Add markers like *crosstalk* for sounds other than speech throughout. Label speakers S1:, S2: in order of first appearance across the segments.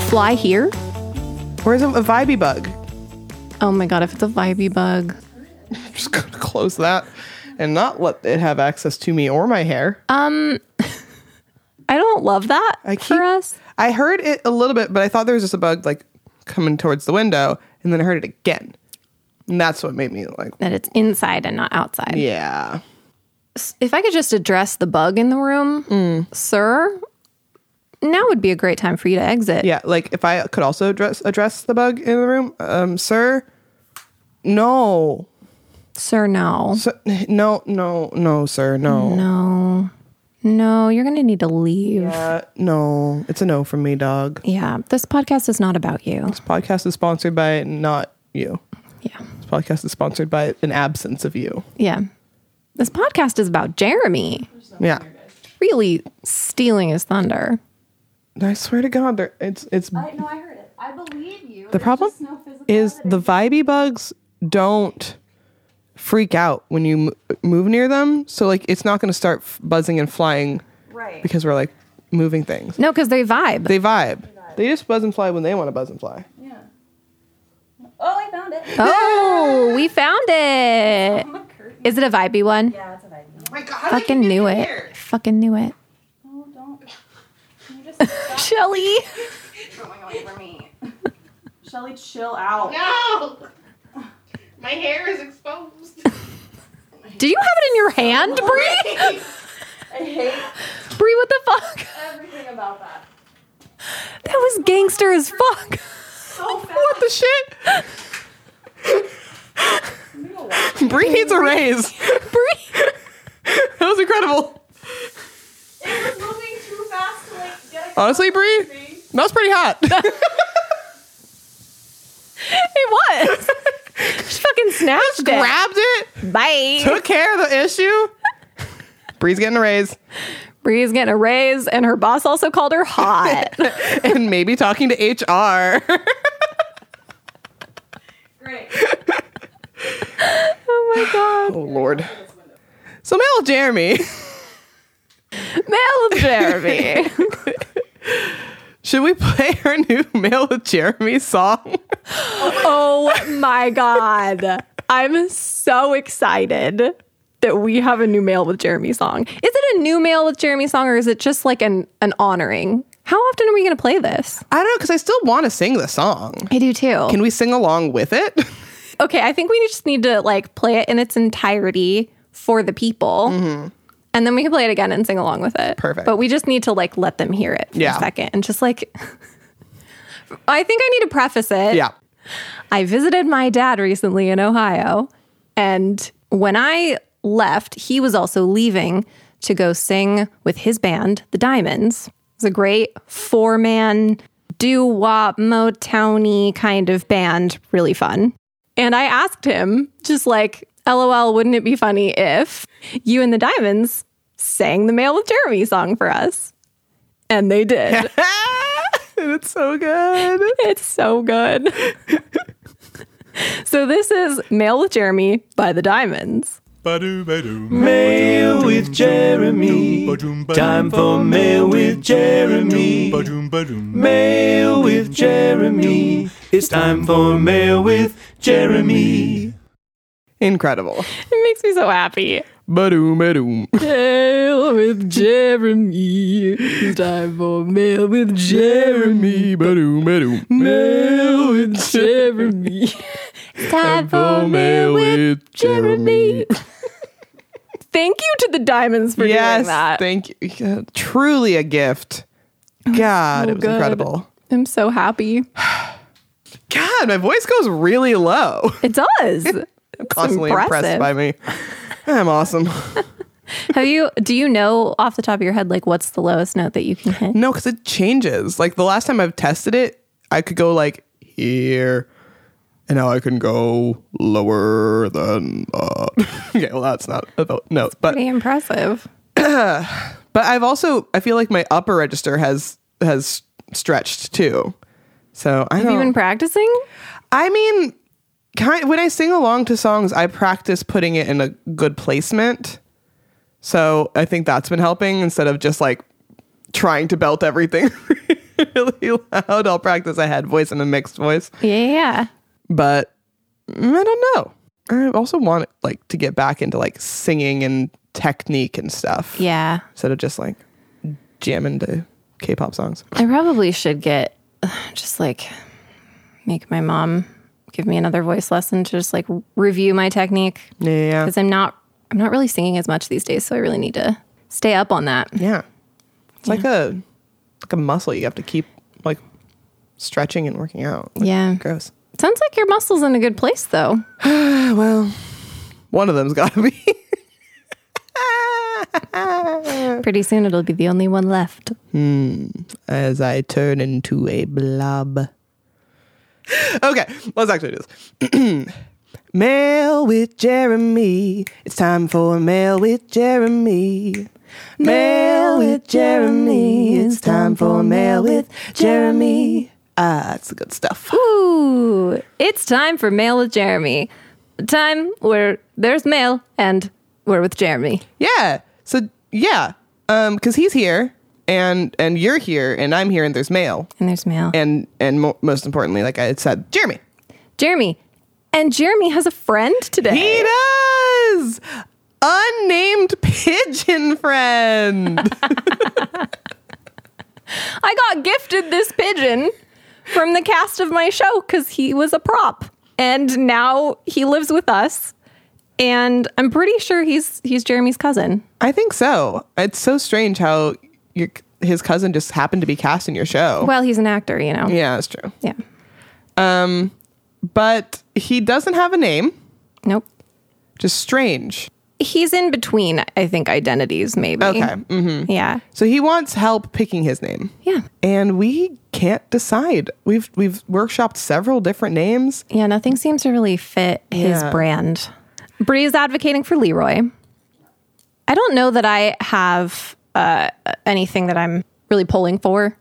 S1: fly here?
S2: Where's a, a vibey bug?
S1: Oh my god, if it's a vibey bug.
S2: I'm just gonna *laughs* close that and not let it have access to me or my hair.
S1: I don't love that
S2: I
S1: Uh, for us.
S2: I heard it a little bit, but I thought there was just a bug like coming towards the window, and then I heard it again, and that's what made me like,
S1: That it's inside and not outside.
S2: yeah.
S1: If I could just address the bug in the room,
S2: Mm.
S1: sir, now would be a great time for you to exit.
S2: Yeah, like if I could also address address the bug in the room, um, sir. No,
S1: Sir, no.
S2: So- no, no, no, sir, no,
S1: No. No, you're going to need to leave. Yeah.
S2: Uh, no. It's a no from me, dog.
S1: This podcast is not about you.
S2: This podcast is sponsored by not you.
S1: Yeah.
S2: This podcast is sponsored by an absence of you.
S1: Yeah. This podcast is about Jeremy
S2: Yeah,
S1: really stealing his thunder.
S2: I swear to God, there it's it's
S3: I, no, I heard it. I believe you.
S2: the problem is the vibey bugs don't freak out when you m- move near them. So like it's not going to start f- buzzing and flying
S3: Right.
S2: because we're like moving things.
S1: No, because they vibe.
S2: They vibe. They just buzz and fly when they want to buzz and fly.
S3: Yeah. Oh, I found it.
S1: oh, we found it.
S3: I'm a curtain.
S1: Is it a vibey one?
S3: Yeah, that's what I do.
S1: Fucking knew it. Fucking knew it.
S3: No, don't. Can you just stop
S1: Shelly.
S3: going away from me? Shelly, chill out.
S4: No! My hair is exposed.
S1: Do you have it in your hand, *laughs* Bree?
S3: I hate
S1: Bree, what the fuck?
S3: everything about that.
S1: That was gangster as fuck.
S3: So fast.
S2: What the shit? *laughs* Bree needs a raise.
S1: Bree.
S2: That was incredible.
S3: It was moving too fast to like get a
S2: Honestly, Bree,
S3: thing.
S2: that was pretty hot.
S1: It was. She fucking snatched it.
S2: *laughs* Grabbed it,
S1: Bye.
S2: took care of the issue. Bree's getting a raise
S1: Bree's getting a raise, and her boss also called her hot. *laughs*
S2: and maybe talking to HR.
S3: Great.
S1: oh my god.
S2: Oh, Lord. So, Mel Jeremy,
S1: Male of Jeremy.
S2: should we play her new *laughs* Mail with Jeremy song?
S1: oh my god. I'm so excited that we have a new Mail with Jeremy song. Is it a new Mail with Jeremy song or is it just like an, an honoring? How often are we going to play this?
S2: I don't know, because I still want to sing the song.
S1: I do too.
S2: Can we sing along with it?
S1: okay, I think we just need to like play it in its entirety for the people. And then we can play it again and sing along with it.
S2: Mm-hmm. Perfect.
S1: But we just need to like let them hear it for
S2: Yeah.
S1: a second and just like *laughs* I think I need to preface it.
S2: Yeah. *laughs*
S1: I visited my dad recently in Ohio. And when I left, he was also leaving to go sing with his band, The Diamonds. It's a great four man, doo wop, Motowny kind of band. Really fun. And I asked him, just like, LOL, wouldn't it be funny if you and The Diamonds sang the Mail with Jeremy song for us? And they did.
S2: and it's so good.
S1: *laughs* It's so good. so this is Mail with Jeremy by the Diamonds.
S5: Mail with Jeremy. Time for Mail with Jeremy. Mail with Jeremy. It's time for Mail with Jeremy.
S2: Incredible.
S1: It makes me so happy.
S2: Badoom, badoom. *laughs*
S1: Mail with Jeremy. It's time for Mail with
S2: Jeremy, badoom, badoom. Mail with
S1: Jeremy. time
S2: Oh,
S1: for Mail with Jeremy. *laughs* Thank you to the Diamonds for
S2: Yes,
S1: doing that. Oh,
S2: thank you. Yeah, Truly a gift. God, it was
S1: good.
S2: incredible.
S1: I'm so happy.
S2: God, my voice goes really low.
S1: It does.
S2: *laughs*
S1: It's
S2: Constantly impressed
S1: impressive.
S2: by me.
S1: *laughs*
S2: I'm awesome.
S1: Have you? Do you know off the top of your head, like what's the lowest note that you can
S2: *laughs*
S1: hit?
S2: No, because it changes. Like the last time I've tested it, I could go like here, and now I can go lower than. *laughs* Uh, okay, well that's not a vo- no, but
S1: Pretty impressive.
S2: but I've also I feel like my upper register has has stretched too. So I
S1: Have
S2: don't.
S1: you been practicing?
S2: I mean, kind when I sing along to songs, I practice putting it in a good placement. So I think that's been helping instead of just like trying to belt everything. *laughs* really loud. I'll practice a head voice and a mixed voice.
S1: Yeah, yeah, yeah.
S2: but mm, I don't know. I also want like to get back into like singing and technique and stuff
S1: Yeah.
S2: instead of just like jamming to K-pop songs.
S1: I probably should get just like make my mom give me another voice lesson to just like review my technique
S2: Yeah,
S1: because I'm not I'm not really singing as much these days, so I really need to stay up on that.
S2: yeah. It's like a like a muscle you have to keep like stretching and working out. Like,
S1: Yeah.
S2: gross.
S1: Sounds like your muscles in a good place though.
S2: Ah, well, one of them's *laughs* got to be.
S1: Pretty soon it'll be the only one left.
S2: as I turn into a blob. Okay, let's actually do this. *clears throat* Mail with Jeremy. It's time for Mail with Jeremy. Mail with Jeremy. It's time for Mail with Jeremy. Ah, it's good stuff.
S1: Ooh, it's time for Mail with Jeremy. Time where there's mail and we're with Jeremy.
S2: Yeah. So yeah, um, because he's here and and you're here and I'm here and there's mail
S1: And there's mail.
S2: and and mo- most importantly, like I said, Jeremy.
S1: Jeremy. And Jeremy has a friend today.
S2: He does. Unnamed *laughs* pigeon friend.
S1: I got gifted this pigeon from the cast of my show because he was a prop, and now he lives with us. And I'm pretty sure he's he's Jeremy's cousin.
S2: I think so. It's so strange how your his cousin just happened to be cast in your show.
S1: Well, he's an actor, you know.
S2: yeah, that's true.
S1: Yeah.
S2: But he doesn't have a name.
S1: Nope.
S2: Just strange.
S1: He's in between, I think, identities maybe.
S2: Okay. Mm.
S1: Yeah.
S2: So he wants help picking his name.
S1: Yeah.
S2: And we can't decide. We've we've workshopped several different names.
S1: Yeah. Nothing seems to really fit his
S2: Yeah.
S1: brand. Bree is advocating for Leroy. I don't know that I have uh, anything that I'm really pulling for.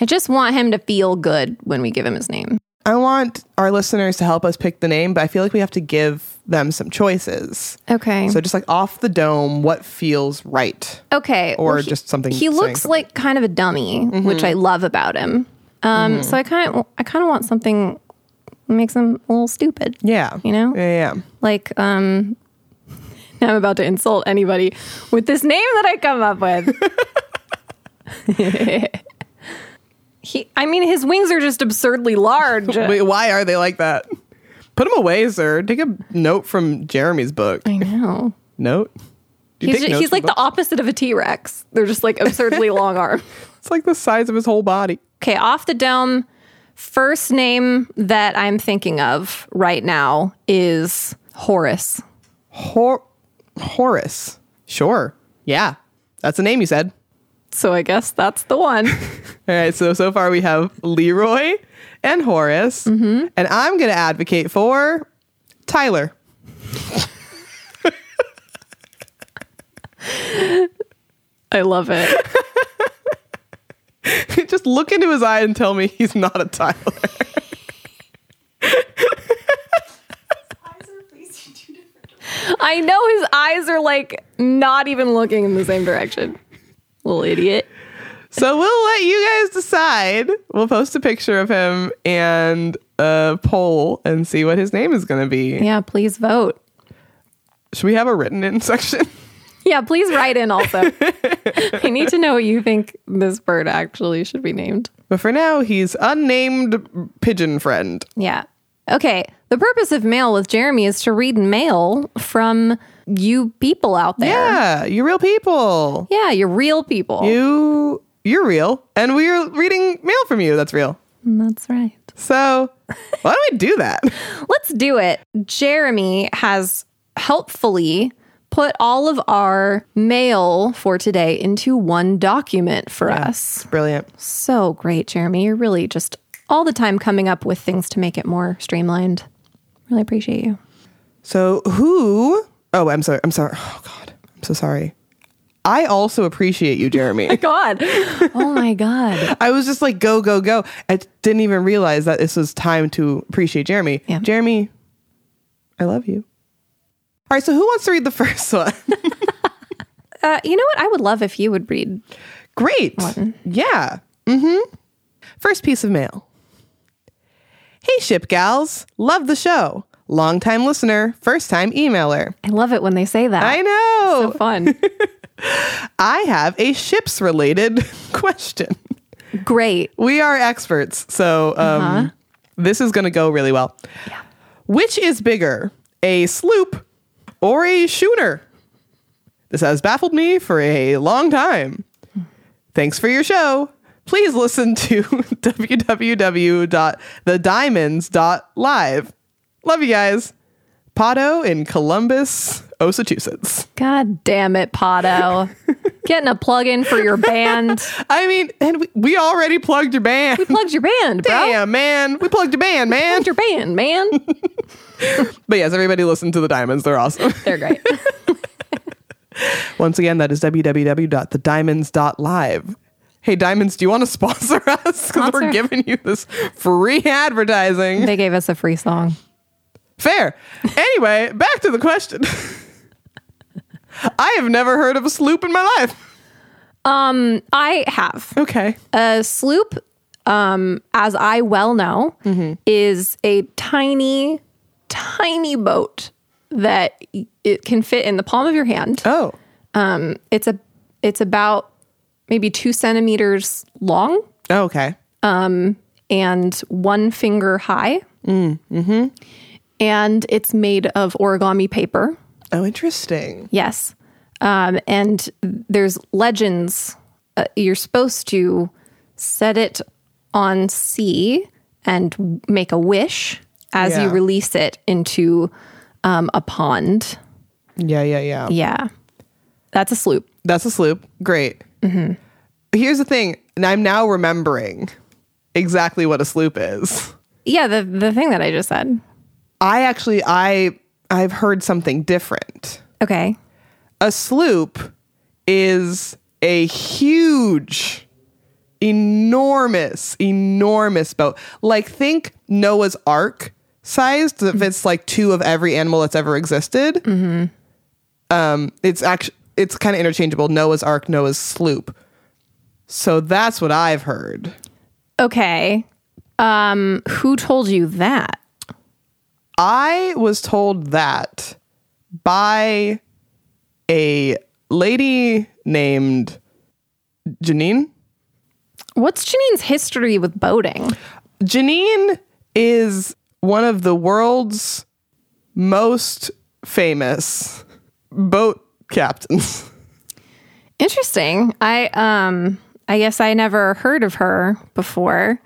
S1: I just want him to feel good when we give him his name.
S2: I want our listeners to help us pick the name, but I feel like we have to give them some choices.
S1: Okay.
S2: So just like off the dome, what feels right?
S1: okay.
S2: or
S1: well,
S2: just something
S1: He
S2: saying
S1: looks
S2: something.
S1: like kind of a dummy, which I love about him. Um,
S2: Mm-hmm.
S1: So I kind of, I kind of want something that makes him a little stupid.
S2: Yeah.
S1: You know?
S2: Yeah, yeah.
S1: Like, um, *laughs* now I'm about to insult anybody with this name that I come up with.
S2: *laughs*
S1: he, I mean, his wings are just absurdly large.
S2: Wait, why are they like that? Put them away, sir. Take a note from Jeremy's book.
S1: I know.
S2: Note. Do you
S1: He's,
S2: take
S1: ju-
S2: notes
S1: he's
S2: from
S1: like the
S2: books?
S1: opposite of a T Rex. They're just like absurdly
S2: *laughs*
S1: long arms.
S2: It's like the size of his whole body.
S1: Okay, off the dome, first name that I'm thinking of right now is Horace.
S2: Hor- Horace. Sure. Yeah. That's the name you said.
S1: So I guess that's the
S2: *laughs*
S1: one.
S2: All right. So so far we have Leroy and Horace, and I'm going to advocate for Tyler.
S1: I love it.
S2: *laughs* Just look into his eye and tell me he's not a Tyler. *laughs*
S3: Eyes are faced in two different
S1: I know his eyes are like not even looking in the same direction. Little idiot.
S2: So we'll let you guys decide. We'll post a picture of him and a poll and see what his name is going to be.
S1: Yeah, please vote.
S2: Should we have a written in *laughs* section?
S1: Yeah, please write in *laughs* also. I need to know what you think this bird actually should be named.
S2: But for now, he's unnamed pigeon friend.
S1: Yeah. Okay. The purpose of mail with Jeremy is to read mail from you people out there.
S2: Yeah, you real people.
S1: Yeah, you're real people.
S2: You you're real, and we're reading mail from you. That's real.
S1: That's right.
S2: So why don't we do that?
S1: Let's do it. Jeremy has helpfully put all of our mail for today into one document for us.
S2: It's brilliant.
S1: So great, Jeremy. You're really just all the time coming up with things to make it more streamlined. Really appreciate you.
S2: So who? Oh, I'm sorry. I'm sorry. Oh God, I'm so sorry. I also appreciate you,
S1: *laughs*
S2: Jeremy.
S1: God. oh my
S2: *laughs*
S1: God.
S2: I was just like, go, go, go. I didn't even realize that this was time to appreciate Jeremy.
S1: Yeah.
S2: Jeremy, I love you. All right, so who wants to read the *laughs* first one?
S1: Uh, you know what? I would love if you would read
S2: Great. Yeah. Mm hmm. First piece of mail. Hey, ship gals. Love the show. Longtime listener, first time emailer.
S1: I love it when they say that.
S2: I know.
S1: Ah, So fun.
S2: *laughs* I have a ships related *laughs* question.
S1: Great.
S2: We are experts, so um, this is going to go really well.
S1: Uh-huh. Yeah.
S2: Which is bigger, a sloop or a schooner? This has baffled me for a long time. Thanks for your show. Please listen to *laughs* www.thediamonds.live. Love you guys. Pato in Columbus, Massachusetts.
S1: God damn it,
S2: *laughs*
S1: Pato. Getting a plug in for your band.
S2: I mean, and we, we already plugged your band.
S1: Plugged your band, bro.
S2: Damn, man. We plugged your band, man.
S1: Plugged your band, man. *laughs*
S2: But yes, everybody listen to the Diamonds. They're awesome. *laughs*
S1: They're great.
S2: Once again, that is www.thediamonds.live. Hey, Diamonds, do you want to sponsor *laughs* us? Because we're
S1: Sponsor.
S2: giving you this free
S1: *laughs*
S2: advertising.
S1: They gave us a free song.
S2: Fair. Anyway, back to the question. *laughs* I have never heard of a sloop in my life.
S1: Um, I have.
S2: Okay.
S1: A sloop, um, as I well know, is a tiny, tiny boat that y- it can fit in the palm of your hand.
S2: Oh,
S1: Um, it's a it's about maybe two centimeters long
S2: Oh, okay.
S1: and one finger high. Mm-hmm. And it's made of origami paper.
S2: Oh, interesting.
S1: Yes. Um, and there's legends. Uh, you're supposed to set it on sea and w- make a wish as you
S2: Yeah.
S1: release it into um, a pond.
S2: Yeah, yeah, yeah.
S1: Yeah. That's a sloop.
S2: That's a sloop. Great. Here's the thing, and I'm now remembering exactly what a sloop is.
S1: Yeah, the, the thing that I just said.
S2: I actually I I've heard something different.
S1: Okay.
S2: A sloop is a huge enormous enormous boat. Like think Noah's ark sized if it's like two of every animal that's ever existed. Um it's actually it's kind of interchangeable Noah's ark Noah's sloop. So that's what I've heard.
S1: Okay. Um, who told you that?
S2: I was told that by a lady named Janine.
S1: What's Janine's history with boating?
S2: Janine is one of the world's most famous boat captains. *laughs*
S1: Interesting. I um I guess I never heard of her before.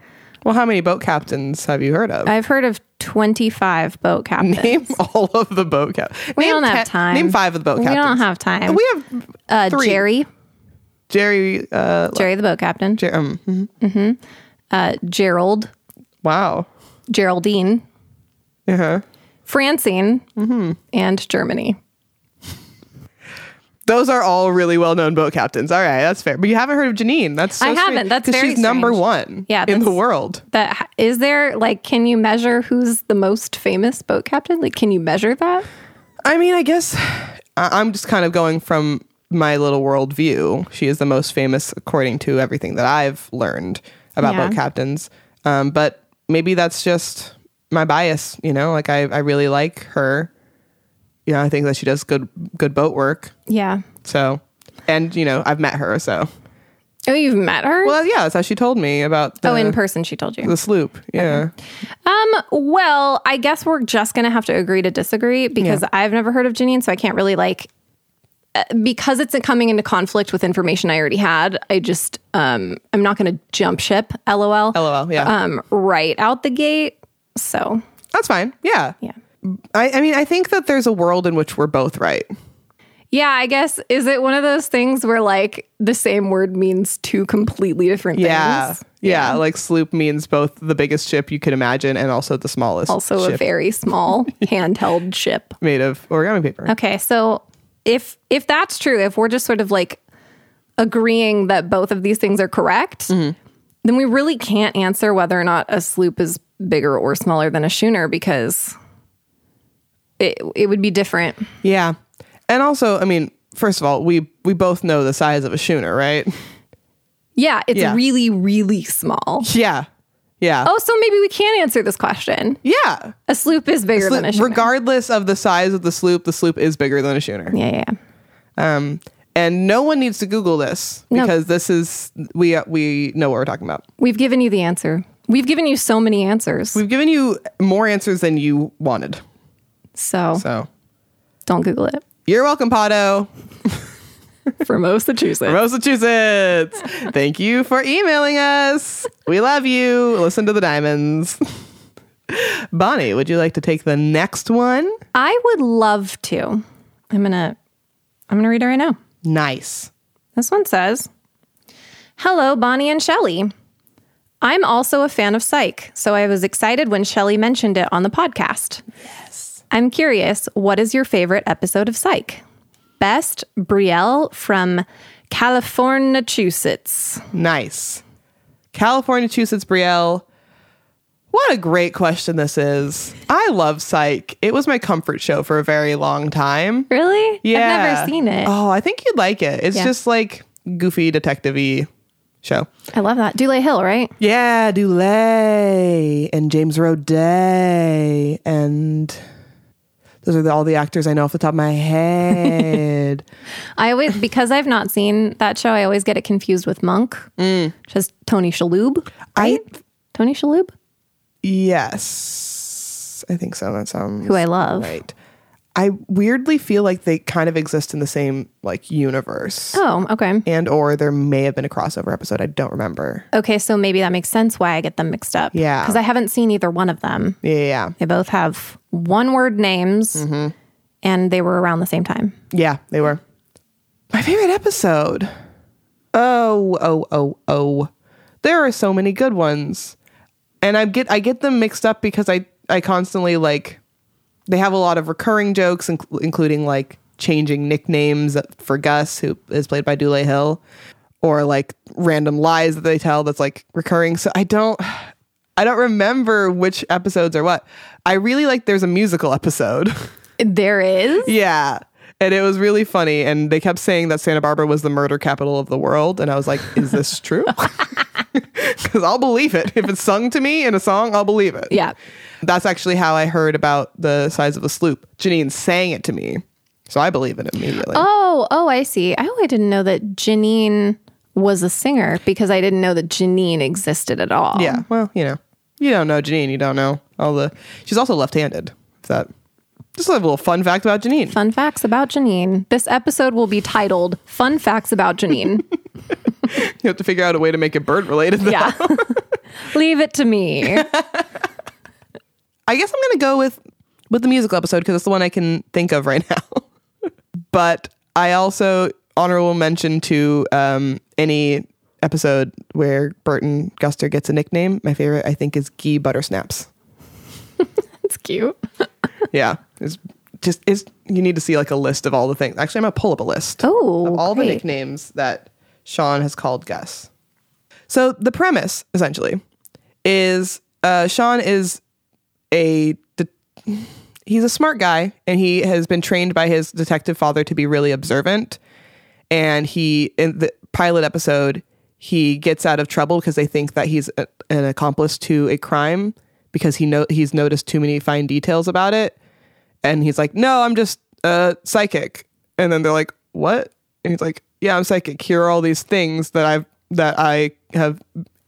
S2: Well, how many boat captains have you heard of?
S1: I've heard of 25 boat captains.
S2: *laughs* name all of the boat captains.
S1: we don't have time.
S2: Name five of the boat
S1: We
S2: captains.
S1: don't have time.
S2: We have
S1: uh,
S2: three.
S1: Jerry,
S2: Jerry. Uh,
S1: Jerry the boat captain,
S2: Jer- um, mhm.
S1: uh, Gerald,
S2: wow.
S1: Geraldine,
S2: Uh huh.
S1: Francine,
S2: Mm-hmm.
S1: and Germany.
S2: Those are all really well-known boat captains. All right, that's fair. But you haven't heard of Janine. That's so
S1: I haven't.
S2: strange,
S1: That's
S2: 'cause
S1: very
S2: she's number
S1: strange.
S2: one.
S1: Yeah,
S2: in the
S1: that's-
S2: world.
S1: That is there like can you measure who's the most famous boat captain? Like can you measure that?
S2: I mean, I guess I- I'm just kind of going from my little world view. She is the most famous according to everything that I've learned about
S1: Yeah.
S2: boat captains. Um, but maybe that's just my bias. You know, like I, I really like her. You know, I think that she does good good boat work.
S1: Yeah.
S2: So, and you know, I've met her. So,
S1: Oh, you've met her?
S2: well, yeah, that's how she told me about the,
S1: oh, in person she told you.
S2: the sloop. Yeah.
S1: Um, well, I guess we're just gonna have to agree to disagree because I've never heard of Janine, so I can't really like uh, because it's coming into conflict with information I already had. I just um, I'm not gonna jump ship. LOL.
S2: LOL, yeah.
S1: Um, right out the gate. So
S2: That's fine. Yeah.
S1: yeah,
S2: I, I mean, I think that there's a world in which we're both right.
S1: yeah. I guess is it one of those things where like the same word means two completely different
S2: Yeah.
S1: things?
S2: Yeah. Like sloop means both the biggest ship you could imagine and also the smallest
S1: Also, a
S2: ship
S1: very
S2: *laughs*
S1: small handheld ship.
S2: made of origami paper.
S1: Okay, so if if that's true, if we're just sort of like agreeing that both of these things are correct, then we really can't answer whether or not a sloop is bigger or smaller than a schooner because it it would be different.
S2: Yeah. And also, I mean, first of all, we we both know the size of a schooner, right?
S1: Yeah, it's
S2: Yeah.
S1: really, really small.
S2: *laughs* Yeah. Yeah.
S1: Oh, so maybe we can answer this question.
S2: Yeah.
S1: A sloop is bigger than a
S2: Slo-
S1: schooner.
S2: regardless of the size of the sloop, the sloop is bigger than a schooner.
S1: yeah, yeah, yeah.
S2: Um, and no one needs to Google this
S1: No.
S2: because this is we uh, we know what we're talking about.
S1: We've given you the answer. We've given you so many answers.
S2: We've given you more answers than you wanted,
S1: so,
S2: so
S1: don't Google it.
S2: you're welcome, Pato.
S1: For most the choosing.
S2: Massachusetts. Thank you for emailing us. We love you. Listen to the diamonds. Bonnie, would you like to take the next one?
S1: I would love to. I'm gonna I'm gonna read it right now.
S2: Nice.
S1: This one says Hello, Bonnie and Shelly. I'm also a fan of psych, so I was excited when Shelly mentioned it on the podcast. Yes. I'm curious, what is your favorite episode of psych? Best Brielle from California, Massachusetts.
S2: Nice. California, Massachusetts, Brielle. What a great question this is. I love Psych. It was my comfort show for a very long time.
S1: Really?
S2: Yeah.
S1: I've never seen it.
S2: Oh, I think you'd like it. It's
S1: Yeah.
S2: just like goofy detective y show.
S1: I love that. Dule Hill, right?
S2: Yeah, Dulé and James Roday and those are the, all the actors I know off the top of my head.
S1: *laughs* I always because I've not seen that show, I always get it confused with Monk. Just Tony Shalhoub.
S2: I
S1: Tony Shalhoub,
S2: yes, I think so. That sounds
S1: who I love.
S2: right. I weirdly feel like they kind of exist in the same like universe,
S1: Oh, okay.
S2: and or there may have been a crossover episode. I don't remember.
S1: Okay, so maybe that makes sense why I get them mixed up.
S2: Yeah.
S1: Because I haven't seen either one of them.
S2: Yeah, yeah,
S1: They both have one word names
S2: Mm-hmm.
S1: and they were around the same time.
S2: yeah. They were my favorite episode. Oh, oh, oh, oh. There are so many good ones, and I get I get them mixed up because I I constantly like they have a lot of recurring jokes, inc- including like changing nicknames for Gus, who is played by Dule Hill, or like random lies that they tell that's like recurring. So I don't. I don't remember which episodes are what. I really like there's a musical episode. *laughs*
S1: There is.
S2: Yeah. And it was really funny. And they kept saying that Santa Barbara was the murder capital of the world. And I was like, is
S1: *laughs*
S2: this true? *laughs* Because I'll believe it. If it's sung to me in a song, I'll believe it.
S1: Yeah.
S2: That's actually how I heard about the size of the sloop. Janine sang it to me. So I believe it immediately.
S1: Oh, oh, I see. I only didn't know that Janine was a singer because I didn't know that Janine existed at all.
S2: yeah. Well, you know, you don't know Janine. You don't know all the. She's also left handed. That just a little fun fact about Janine. *laughs*
S1: Fun facts about Janine. This episode will be titled Fun Facts About
S2: *laughs*
S1: Janine.
S2: You have to figure out a way to make it bird related.
S1: yeah. *laughs* Leave it to me.
S2: I guess I'm gonna go with with the musical episode because it's the one I can think of right *laughs* now. but I also honorable mention to um, any episode where Burton Guster gets a nickname. My favorite, I think, is Gee Buttersnaps.
S1: *laughs* It's cute.
S2: yeah, it's just it's you need to see like a list of all the things. Actually, I'm gonna pull up a list
S1: Oh,
S2: of all
S1: great.
S2: the nicknames that Sean has called Gus. So the premise, essentially, is uh, Sean is a de- he's a smart guy, and he has been trained by his detective father to be really observant. And he in the pilot episode, he gets out of trouble because they think that he's a, an accomplice to a crime because he know he's noticed too many fine details about it. And he's like, "No, I'm just uh, psychic." And then they're like, "What?" And he's like, "Yeah, I'm psychic. Here are all these things that I've that I have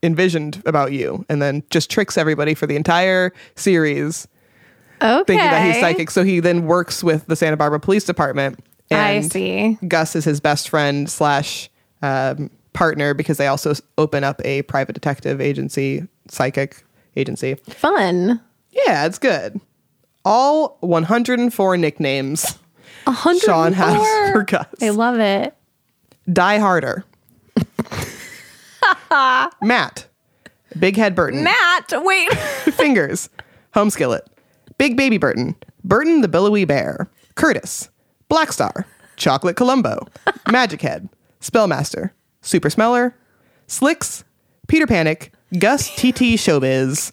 S2: envisioned about you." And then just tricks everybody for the entire series,
S1: Okay.
S2: thinking that he's psychic. So he then works with the Santa Barbara Police Department.
S1: I
S2: and
S1: see.
S2: Gus is his best friend slash um, partner because they also s- open up a private detective agency, psychic agency.
S1: Fun.
S2: Yeah, it's good. All 104 nicknames.
S1: A hundred.
S2: Sean
S1: and
S2: has
S1: four.
S2: for Gus.
S1: I love it. *laughs*
S2: Die Harder. Matt. Big Head Burton.
S1: Matt, wait.
S2: *laughs*
S1: *laughs*
S2: Fingers. Home Skillet. Big Baby Burton. Burton the Billowy Bear. Curtis. Black Star.
S1: *laughs*
S2: Chocolate Columbo. Magic Head. Spellmaster. Super Smeller. Slicks. Peter Panic. Gus TT Showbiz.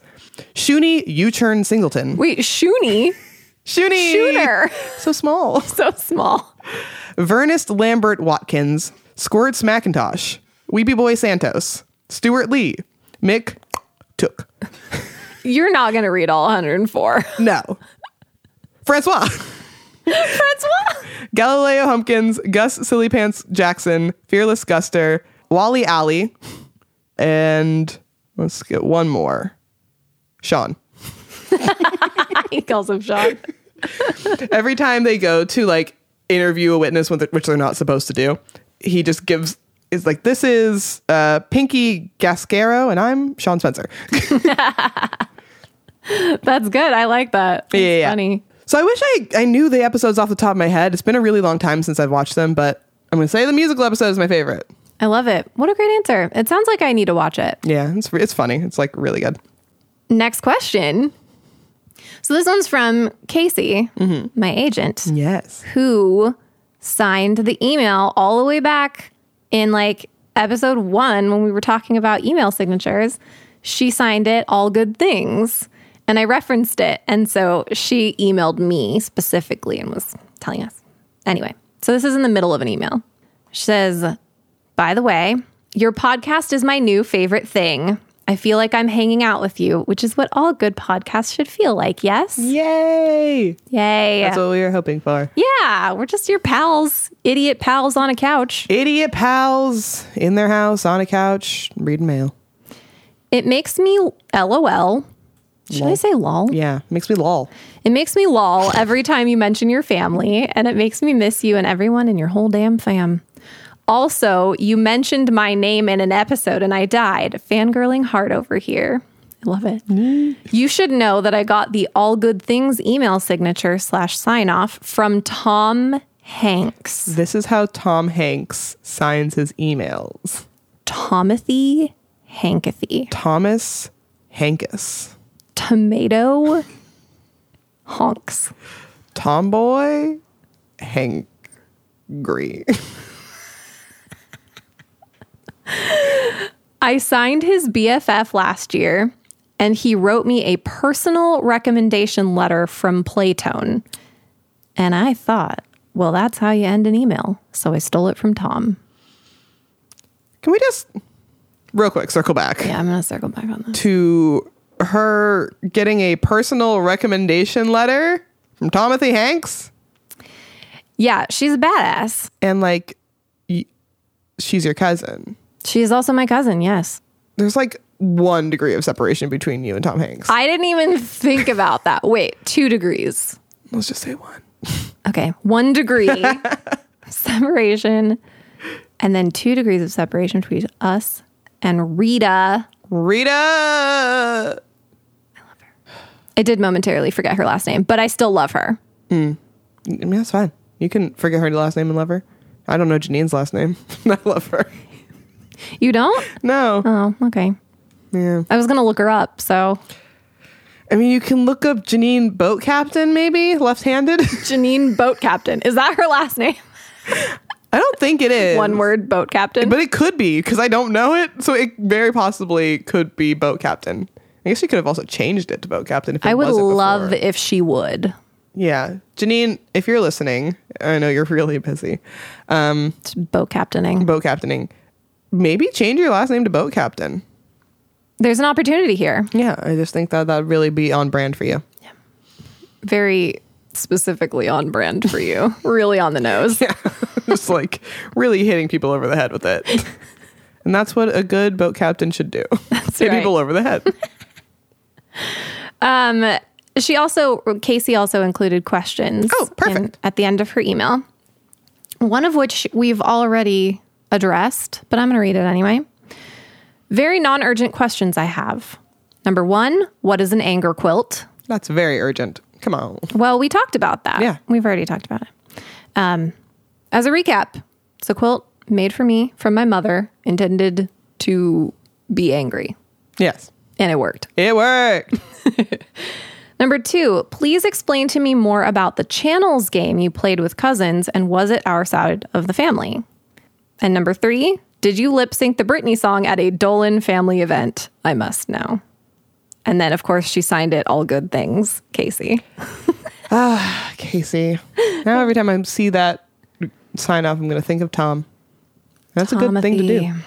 S2: Shuni U Churn Singleton.
S1: wait, *laughs* Shuni.
S2: Shuni!
S1: Shooter.
S2: *laughs* So
S1: *laughs*
S2: small.
S1: So small.
S2: Vernest Lambert Watkins, Squirts McIntosh, Weepy Boy Santos, Stuart Lee, Mick Took.
S1: You're not going to read all *laughs* 104.
S2: No. Francois. *laughs*
S1: Francois!
S2: Galileo Humpkins, Gus Silly Pants Jackson, Fearless Guster, Wally Alley, and let's get one more. Sean.
S1: *laughs* he calls him Sean.
S2: Every time they go to like interview a witness, with- which they're not supposed to do, he just gives is like, "This is uh, Pinky Gascaro, and I'm Sean Spencer."
S1: *laughs* That's good. I like that. That's
S2: yeah, yeah.
S1: funny.
S2: So I wish I I knew the episodes off the top of my head. It's been a really long time since I've watched them, but I'm gonna say the musical episode is my favorite.
S1: I love it. What a great answer. It sounds like I need to watch it.
S2: Yeah, it's it's funny. It's like really good.
S1: Next question. So this one's from Casey, my agent,
S2: Yes.
S1: who signed the email all the way back in like episode one when we were talking about email signatures. She signed it all good things. And I referenced it. And so she emailed me specifically and was telling us. Anyway, so this is in the middle of an email. She says, by the way, your podcast is my new favorite thing. I feel like I'm hanging out with you, which is what all good podcasts should feel like, yes?
S2: Yay!
S1: Yay.
S2: That's what we were hoping for.
S1: yeah, we're just your pals, idiot pals on a couch.
S2: Idiot pals in their house on a couch reading mail.
S1: It makes me LOL. Should I say lol?
S2: Yeah, makes me lol.
S1: It makes me lol every time you mention your family, and it makes me miss you and everyone and your whole damn fam. Also, you mentioned my name in an episode and I died. Fangirling hard over here. I love it. You should know that I got the All Good Things email signature slash sign off from Tom Hanks.
S2: This is how Tom Hanks signs his emails.
S1: Tomothy Hankathy.
S2: Thomas Hankus.
S1: Tomato honks.
S2: Tomboy Hankry.
S1: I signed his BFF last year, and he wrote me a personal recommendation letter from Playtone. And I thought, well, that's how you end an email. So I stole it from Tom.
S2: *laughs* Can we just real quick circle back
S1: Yeah, I'm going to circle back on that.
S2: to her getting a personal recommendation letter from Timothy Hanks?
S1: Yeah, she's a badass.
S2: And like, y- she's your cousin.
S1: She's also my cousin, yes.
S2: there's like one degree of separation between you and Tom Hanks.
S1: I didn't even *laughs* think about that. Wait, two degrees.
S2: Let's just say one.
S1: Okay, one
S2: *laughs*
S1: degree separation, and then two degrees of separation between us and Rita.
S2: Rita.
S1: I did momentarily forget her last name, but I still love her.
S2: I mean, that's fine. You can forget her last name and love her. I don't know Janine's last name. *laughs* I love her.
S1: You don't?
S2: No.
S1: Oh, okay.
S2: Yeah.
S1: I was gonna look her up, so
S2: I mean, you can look up Janine Boat Captain, maybe left handed.
S1: Janine Boat Captain. Is that her last name?
S2: *laughs* I don't think it is.
S1: One word, Boat Captain.
S2: But it could be because I don't know it. So it very possibly could be Boat Captain. I guess you could have also changed it to Boat Captain if it
S1: I would
S2: wasn't
S1: love
S2: before.
S1: if she would.
S2: Yeah. Janine, if you're listening, I know you're *laughs* really busy.
S1: It's Boat captaining.
S2: boat captaining. Maybe change your last name to boat captain.
S1: There's an opportunity here.
S2: Yeah, I just think that that'd really be on brand for you. *laughs*
S1: Very specifically on brand for
S2: *laughs*
S1: you. really on the nose.
S2: just like really hitting people over the head with it.
S1: *laughs*
S2: And that's what a good boat captain should do.
S1: That's
S2: Hit
S1: right.
S2: people over the head.
S1: She also, Casey also included questions.
S2: Oh, perfect.
S1: in- at the end of her email, one of which we've already addressed, but I'm going to read it anyway. Very non urgent questions I have. Number one, what is an anger quilt?
S2: That's very urgent. Come on.
S1: Well, we talked about that.
S2: Yeah.
S1: We've already talked about it. Um, as a recap, it's a quilt made for me from my mother, intended to be angry,
S2: Yes.
S1: and it worked.
S2: It worked.
S1: Number two, please explain to me more about the channels game you played with cousins and was it our side of the family? And number three, did you lip sync the Britney song at a Dolan family event? I must know. And then, of course, she signed it All Good Things, Casey.
S2: *laughs* Casey. Now every time I see that sign off, I'm gonna think of Tom. That's a good thing to do.
S1: Timothy.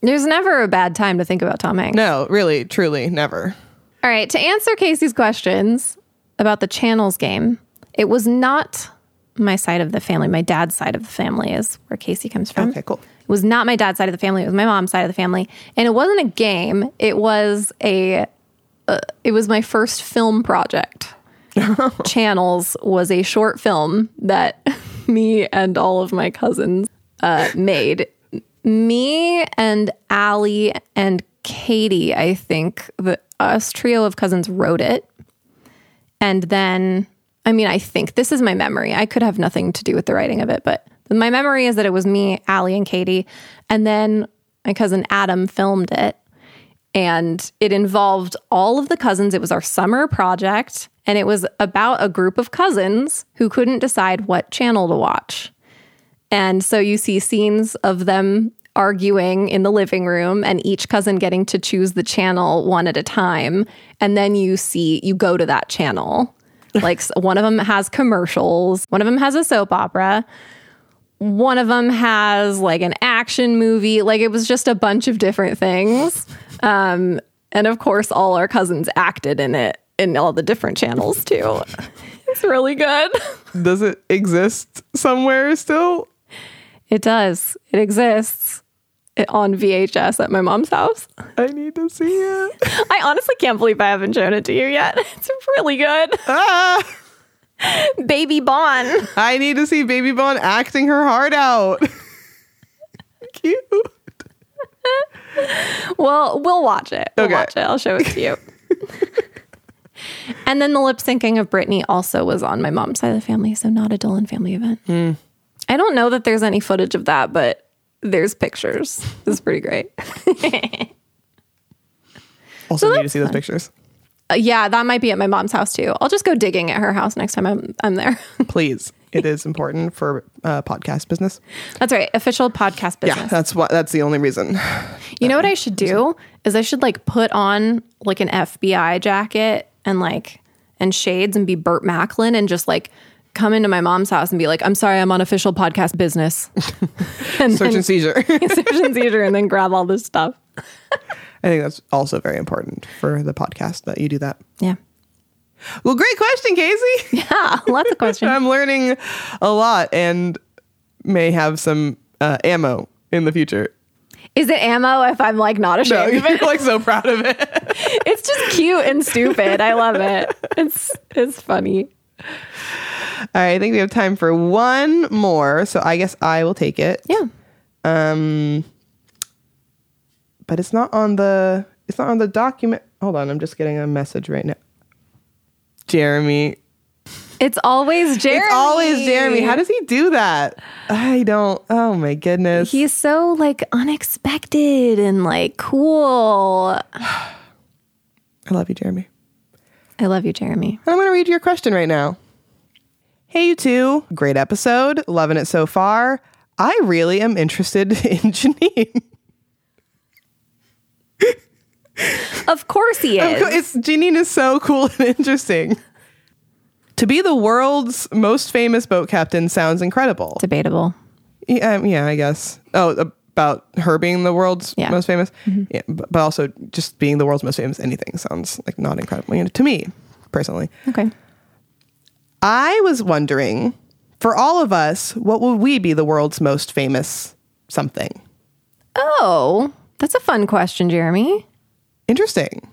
S1: There's never a bad time to think about Tom Hanks.
S2: No, really, truly, never.
S1: All right, to answer Casey's questions about the channels game, it was not my side of the family. My dad's side of the family is where Casey comes from.
S2: Okay, cool.
S1: It was not my dad's side of the family. It was my mom's side of the family, and it wasn't a game. It was a. Uh, it was my first film project. *laughs* channels was a short film that *laughs* me and all of my cousins uh, made. Me and Allie and Katie, I think the us trio of cousins wrote it, and then I mean, I think this is my memory. I could have nothing to do with the writing of it, but my memory is that it was me, Allie, and Katie, and then my cousin Adam filmed it and it involved all of the cousins. It was our summer project, and it was about a group of cousins who couldn't decide what channel to watch. And so you see scenes of them arguing in the living room, and each cousin getting to choose the channel one at a time. And then you see, you go to that channel. like s- one of them has commercials, one of them has a soap opera, one of them has like an action movie. Like it was just a bunch of different things. Um, and of course, all our cousins acted in it in all the different channels too. *laughs* it's really good.
S2: Does it exist somewhere still?
S1: It does. It exists It- on VHS at my mom's house.
S2: I need to see it.
S1: I honestly can't believe I haven't shown it to you yet. It's really good.
S2: Ah,
S1: Baby Bon.
S2: I need to see Baby Bone acting her heart out. *laughs* Cute.
S1: Well, we'll watch it. We'll
S2: Okay.
S1: watch it. I'll show it to *laughs* you. and then the lip syncing of Britney also was on my mom's side of the family, so not a Dolan family event. I don't know that there's any footage of that, but there's pictures. It's pretty great.
S2: Also, need to
S1: that's
S2: see those pictures.
S1: Uh, yeah, that might be at my mom's house too. I'll just go digging at her house next time I'm I'm there. *laughs*
S2: Please. It is important for uh, podcast business.
S1: That's right. Official podcast business.
S2: Yeah, that's why. That's the only reason.
S1: You know what I should do is I should like put on like an FBI jacket and like and shades and be Burt Macklin and just like come into my mom's house and be like, I'm sorry, I'm on official podcast business. *laughs* and *laughs*
S2: Search
S1: then
S2: and seizure. *laughs*
S1: search and seizure and then grab all this stuff.
S2: I think that's also very important for the podcast that you do that.
S1: Yeah.
S2: Well, great question, Casey. *laughs*
S1: Yeah. Lots of questions.
S2: I'm learning a lot and may have some uh, ammo in the future.
S1: Is it ammo if I'm like not
S2: No,
S1: ashamed
S2: you're
S1: of it?
S2: like so proud of *laughs* it.
S1: It's just cute and stupid. I love it. It's it's funny.
S2: All right, I think we have time for one more, so I guess I will take it.
S1: Yeah.
S2: Um, but it's not on the it's not on the document. Hold on, I'm just getting a message right now. Jeremy,
S1: It's always Jeremy.
S2: it's always Jeremy. How does he do that? I don't. Oh my goodness.
S1: He's so like unexpected and like cool.
S2: I love you, Jeremy.
S1: I love you, Jeremy.
S2: And I'm going to read your question right now. Hey, you two. Great episode. Loving it so far. I really am interested *laughs* in Janine.
S1: Of course he is.
S2: *laughs* It's, Janine is so cool and interesting. To be the world's most famous boat captain sounds incredible.
S1: Debatable.
S2: Yeah, um, yeah, I guess. Oh, about her being the world's
S1: Yeah.
S2: most famous, yeah, but, but also just being the world's most famous. Anything sounds like not incredible you know, to me personally.
S1: Okay.
S2: I was wondering, for all of us, what would we be the world's most famous something?
S1: Oh, that's a fun question, Jeremy.
S2: Interesting.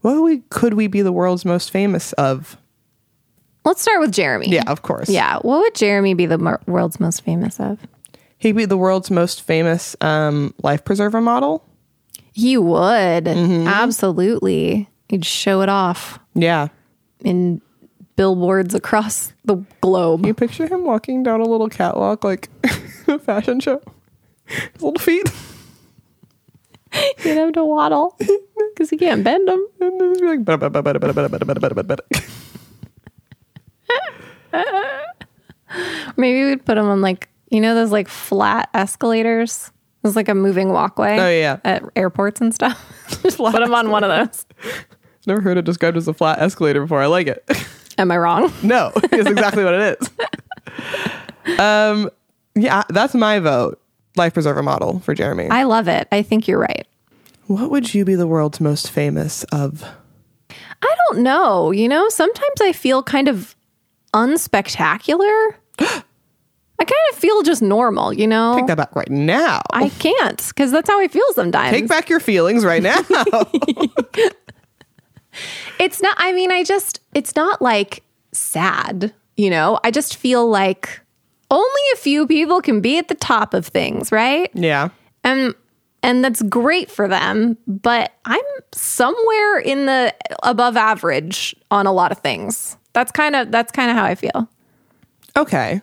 S2: What we could we be the world's most famous of?
S1: Let's start with Jeremy.
S2: Yeah, of course.
S1: Yeah. What would Jeremy be the mo- world's most famous of?
S2: he'd be the world's most famous um, life preserver model.
S1: He would. Absolutely. He'd show it off
S2: Yeah,
S1: in billboards across the globe. *laughs*
S2: you picture him walking down a little catwalk like a fashion show. His little feet,
S1: You'd have to *laughs* waddle because he can't bend them.
S2: and then he'd be like, "Bada, bada, bada, bada, bada, bada, bada, bada, bada."
S1: Maybe we'd put him on like you know those like flat escalators. It's like a moving walkway.
S2: Oh, yeah.
S1: at airports and stuff. *laughs* Just put him on one of those.
S2: Never heard it described as a flat escalator before. I like it.
S1: Am I wrong?
S2: No, *laughs* it's exactly what it is. Um, yeah, that's my vote. life preserver model for Jeremy.
S1: I love it. I think you're right.
S2: what would you be the world's most famous of?
S1: I don't know. You know, sometimes I feel kind of unspectacular.
S2: *gasps*
S1: I kind of feel just normal, you know?
S2: Take that back right now.
S1: I can't because that's how I feel sometimes.
S2: Take back your feelings
S1: *laughs*
S2: right now.
S1: It's not, I mean, I just, it's not like sad, you know? I just feel like only a few people can be at the top of things, right?
S2: yeah.
S1: And, and that's great for them, but I'm somewhere in the above average on a lot of things. That's kind of that's kind of how I feel.
S2: Okay.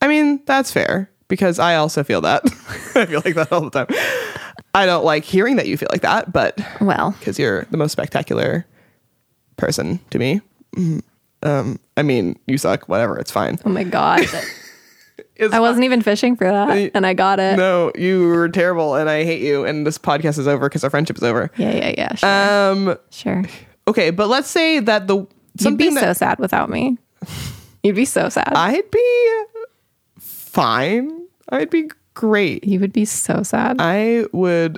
S2: I mean, that's fair because I also feel that. *laughs* I feel like that all the time. I don't like hearing that you feel like that, but
S1: Well,
S2: because you're the most spectacular person to me. Mm, Um, I mean, you suck, whatever, it's fine.
S1: oh my god.
S2: *laughs* It's
S1: I wasn't even fishing for that and I got it.
S2: No, you were terrible and I hate you and this podcast is over because our friendship is over.
S1: Yeah, yeah, yeah. Sure.
S2: Um,
S1: sure.
S2: okay, but let's say that the
S1: You'd be
S2: something that Uh,
S1: so sad without
S2: *laughs*
S1: me. You'd be so sad.
S2: I'd be fine. I'd be great.
S1: you would be so sad.
S2: I
S1: *laughs*
S2: would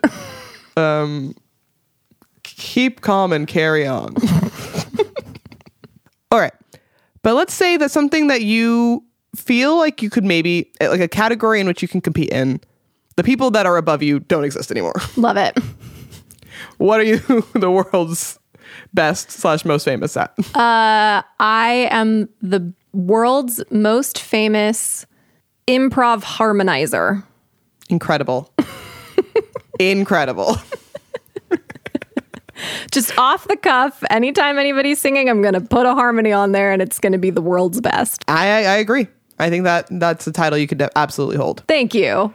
S2: um keep calm and
S1: *laughs*
S2: carry on. All right. But let's say that something that you feel like you could maybe like a category in which you can compete in. The people that are above you don't exist anymore. *laughs*
S1: Love it.
S2: What are you *laughs* the world's best slash most famous at?
S1: I am the world's most famous improv harmonizer.
S2: *laughs* Incredible. Incredible.
S1: Just off the cuff, anytime anybody's singing, I'm going to put a harmony on there and it's going to be the world's best.
S2: I, I I agree. I think that that's a title you could absolutely hold.
S1: Thank you.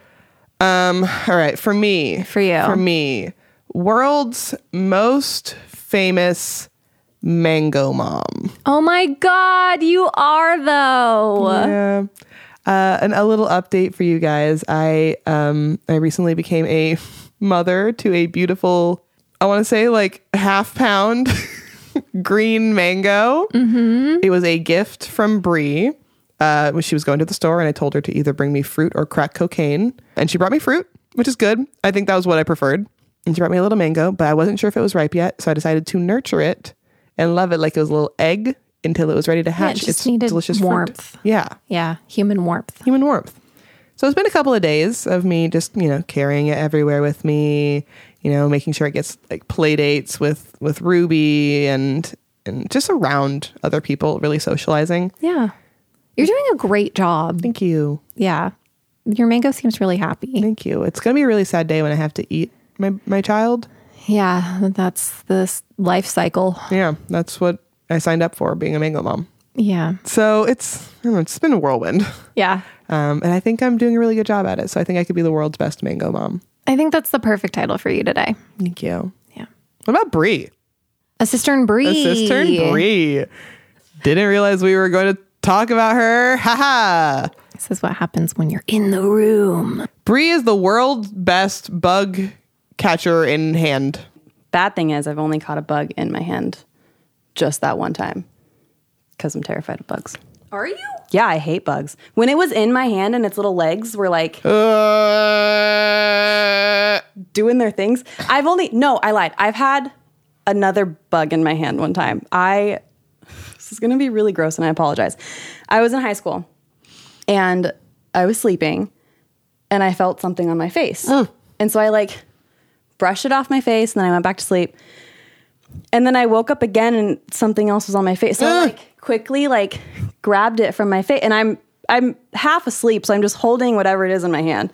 S2: Um, all right, for me.
S1: For you.
S2: For me. World's most famous mango mom.
S1: Oh my God, you are though.
S2: Yeah. Uh, and a little update for you guys. I um I recently became a *laughs* mother to a beautiful, I want to say like half pound *laughs* green mango.
S1: Mm-hmm.
S2: It was a gift from Bree. Uh, when she was going to the store, and I told her to either bring me fruit or crack cocaine, and she brought me fruit, which is good. I think that was what I preferred. And she brought me a little mango, but I wasn't sure if it was ripe yet, so I decided to nurture it and love it like it was a little egg until it was ready to hatch.
S1: just
S2: it's
S1: needed
S2: delicious fruit.
S1: warmth.
S2: Yeah,
S1: Yeah, human warmth.
S2: human warmth. So it's been a couple of days of me just, you know, carrying it everywhere with me, you know, making sure it gets like play dates with with Ruby and and just around other people, really socializing.
S1: Yeah. You're doing a great job.
S2: Thank you.
S1: Yeah. Your mango seems really happy.
S2: Thank you. It's gonna be a really sad day when I have to eat my my child.
S1: Yeah, that's this life cycle.
S2: Yeah, that's what I signed up for, being a mango mom.
S1: Yeah.
S2: So it's I don't know, it's been a whirlwind.
S1: Yeah.
S2: Um, and I think I'm doing a really good job at it. So I think I could be the world's best mango mom.
S1: I think that's the perfect title for you today.
S2: Thank you.
S1: Yeah.
S2: What about Brie?
S1: A sister in Bree.
S2: A sister Bree. Didn't realize we were going to talk about her. Haha.
S1: This is what happens when you're in the room.
S2: Bree is the world's best bug catcher in hand.
S6: Bad thing is, I've only caught a bug in my hand just that one time because I'm terrified of bugs.
S1: Are you?
S6: Yeah, I hate bugs. When it was in my hand and its little legs were like
S2: Uh,
S6: doing their things, I've only, no, I lied. I've had another bug in my hand one time. I, this is going to be really gross and I apologize. I was in high school and I was sleeping and I felt something on my face. And so I like brushed it off my face and then I went back to sleep. And then I woke up again and something else was on my face. So I like quickly like grabbed it from my face and I'm I'm half asleep, so I'm just holding whatever it is in my hand.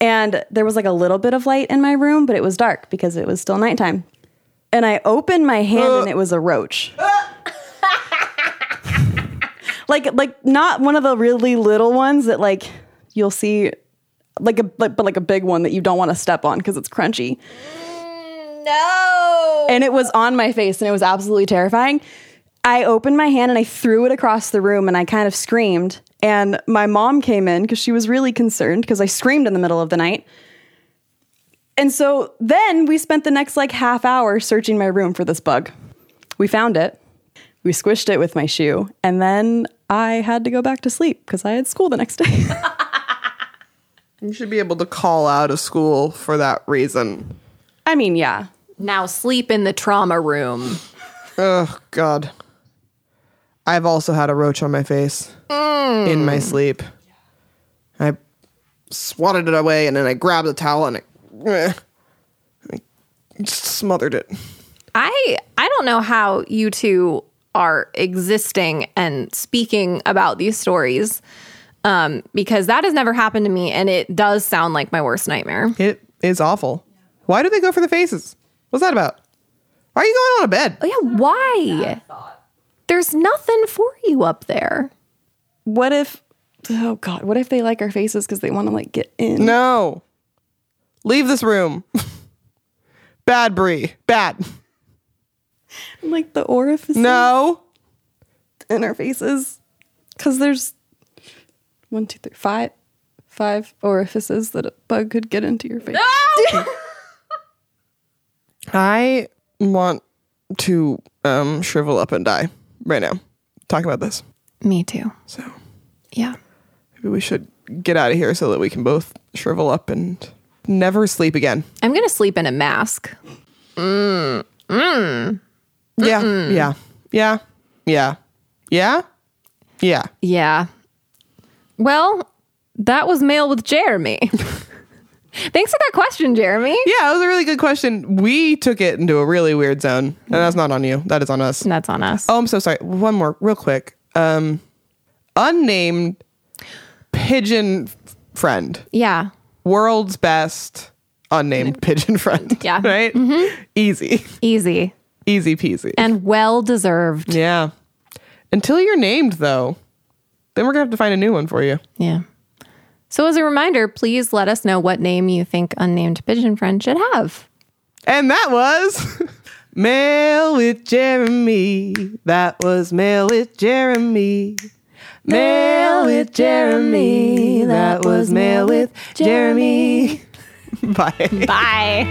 S6: And there was like a little bit of light in my room, but it was dark because it was still nighttime. And I opened my hand and it was a roach. like like not one of the really little ones that like you'll see like a but, but like a big one that you don't want to step on because it's crunchy. No. And it was on my face and it was absolutely terrifying. I opened my hand and I threw it across the room and I kind of screamed. And my mom came in because she was really concerned because I screamed in the middle of the night. And so then we spent the next like half hour searching my room for this bug. We found it. We squished it with my shoe. And then I had to go back to sleep because I had school the next day.
S2: You should be able to call out of school for that reason.
S6: *laughs* I mean, yeah.
S1: Now sleep in the trauma room.
S2: Oh God. I've also had a roach on my face in my sleep. I swatted it away and then I grabbed the towel and I, I smothered it.
S1: I I don't know how you two are existing and speaking about these stories um, because that has never happened to me, and it does sound like my worst nightmare.
S2: It is awful. Why do they go for the faces? What's that about? Why are you going on a bed?
S1: Oh, Yeah, why? There's nothing for you up there.
S6: What if? Oh God! What if they like our faces because they want to like get in?
S2: No. Leave this room. *laughs* Bad Bree. Bad.
S6: Like the orifices
S2: No.
S6: in our faces, because there's one, two, three, five, five orifices that a bug could get into your face.
S2: I want to um, shrivel up and die right now. Talk about this.
S1: Me too.
S2: So
S1: Yeah.
S2: maybe we should get out of here so that we can both shrivel up and never sleep again.
S1: I'm going to sleep in a mask.
S2: Yeah. Yeah. Yeah. Yeah. Yeah. Yeah.
S1: Yeah. Well, that was mail with Jeremy. *laughs* Thanks for that question, Jeremy.
S2: Yeah, it was a really good question. We took it into a really weird zone. And that's not on you. That is on us.
S1: That's on us.
S2: Oh, I'm so sorry. One more, real quick. Um, unnamed pigeon f- friend,
S1: Yeah.
S2: world's best unnamed pigeon friend.
S1: *laughs* Yeah.
S2: right. Easy,
S1: Easy
S2: easy peasy.
S1: and well deserved.
S2: yeah. Until you're named, though, then we're gonna have to find a new one for you.
S1: Yeah. So, as a reminder, please let us know what name you think unnamed pigeon friend should have.
S2: And that was *laughs* Mail with Jeremy. That was Mail with Jeremy. Mail with Jeremy. That was Mail with Jeremy. *laughs* Bye.
S1: Bye.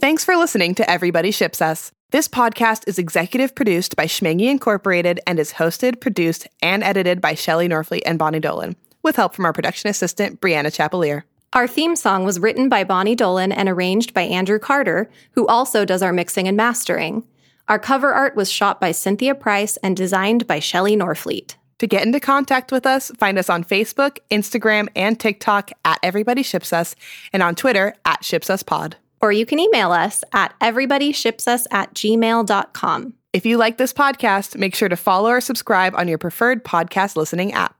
S7: Thanks for listening to Everybody Ships Us. This podcast is executive produced by Schmangy Incorporated and is hosted, produced, and edited by Shelley Norfleet and Bonnie Dolan, with help from our production assistant, Brianna Chapelier.
S1: Our theme song was written by Bonnie Dolan and arranged by Andrew Carter, who also does our mixing and mastering. Our cover art was shot by Cynthia Price and designed by Shelley Norfleet.
S7: To get into contact with us, find us on Facebook, Instagram, and TikTok at Everybody Ships Us, and on Twitter at Ships Us Pod.
S1: Or you can email us at everybodyshipsus at gmail.com.
S7: If you like this podcast, make sure to follow or subscribe on your preferred podcast listening app.